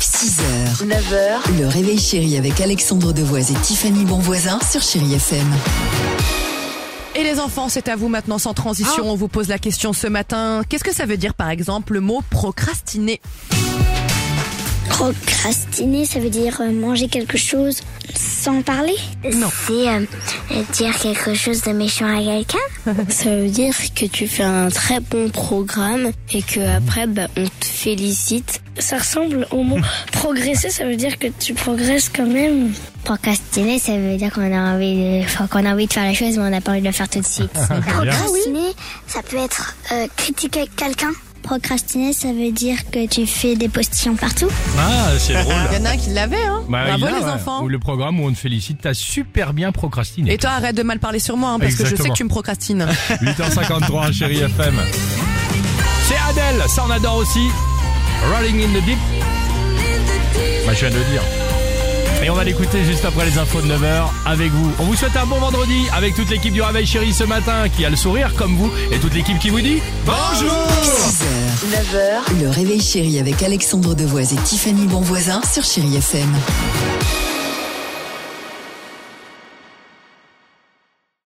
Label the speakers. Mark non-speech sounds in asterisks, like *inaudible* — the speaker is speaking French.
Speaker 1: 6h, 9h, le réveil chéri avec Alexandre Devoise et Tiffany Bonvoisin sur Chéri FM.
Speaker 2: Et les enfants, c'est à vous maintenant sans
Speaker 3: Ah.
Speaker 2: transition. On vous pose la question ce matin. Qu'est-ce que ça veut dire par exemple le mot procrastiner
Speaker 4: Procrastiner, ça veut dire euh, manger quelque chose sans parler
Speaker 2: Non.
Speaker 4: C'est euh, dire quelque chose de méchant à quelqu'un *laughs* Ça veut dire que tu fais un très bon programme et que après bah, on te félicite. Ça ressemble au *laughs* mot progresser, ça veut dire que tu progresses quand même. Procrastiner, ça veut dire qu'on a envie de, qu'on a envie de faire la chose mais on n'a pas envie de le faire tout de suite. *laughs* Procrastiner, ça peut être euh, critiquer quelqu'un. Procrastiner, ça veut dire que tu fais des postillons partout.
Speaker 3: Ah,
Speaker 2: *laughs*
Speaker 3: c'est drôle.
Speaker 2: Il y en a qui l'avaient, hein
Speaker 3: Bah,
Speaker 2: Bravo
Speaker 3: il y a,
Speaker 2: les
Speaker 3: ouais,
Speaker 2: enfants.
Speaker 3: Ou le programme où on te félicite, t'as super bien procrastiné.
Speaker 2: Et toi, arrête de mal parler sur moi, hein, parce que je sais
Speaker 3: Exactement.
Speaker 2: que tu me procrastines.
Speaker 3: 8h53, chérie FM. C'est Adèle, ça on adore aussi. Rolling in the deep. Bah, je viens de le dire. Et on va l'écouter juste après les infos de 9h avec vous. On vous souhaite un bon vendredi avec toute l'équipe du Réveil Chéri ce matin qui a le sourire comme vous et toute l'équipe qui vous dit bonjour.
Speaker 1: 6h, 9h, le réveil chéri avec Alexandre Devoise et Tiffany Bonvoisin sur Chéri FM.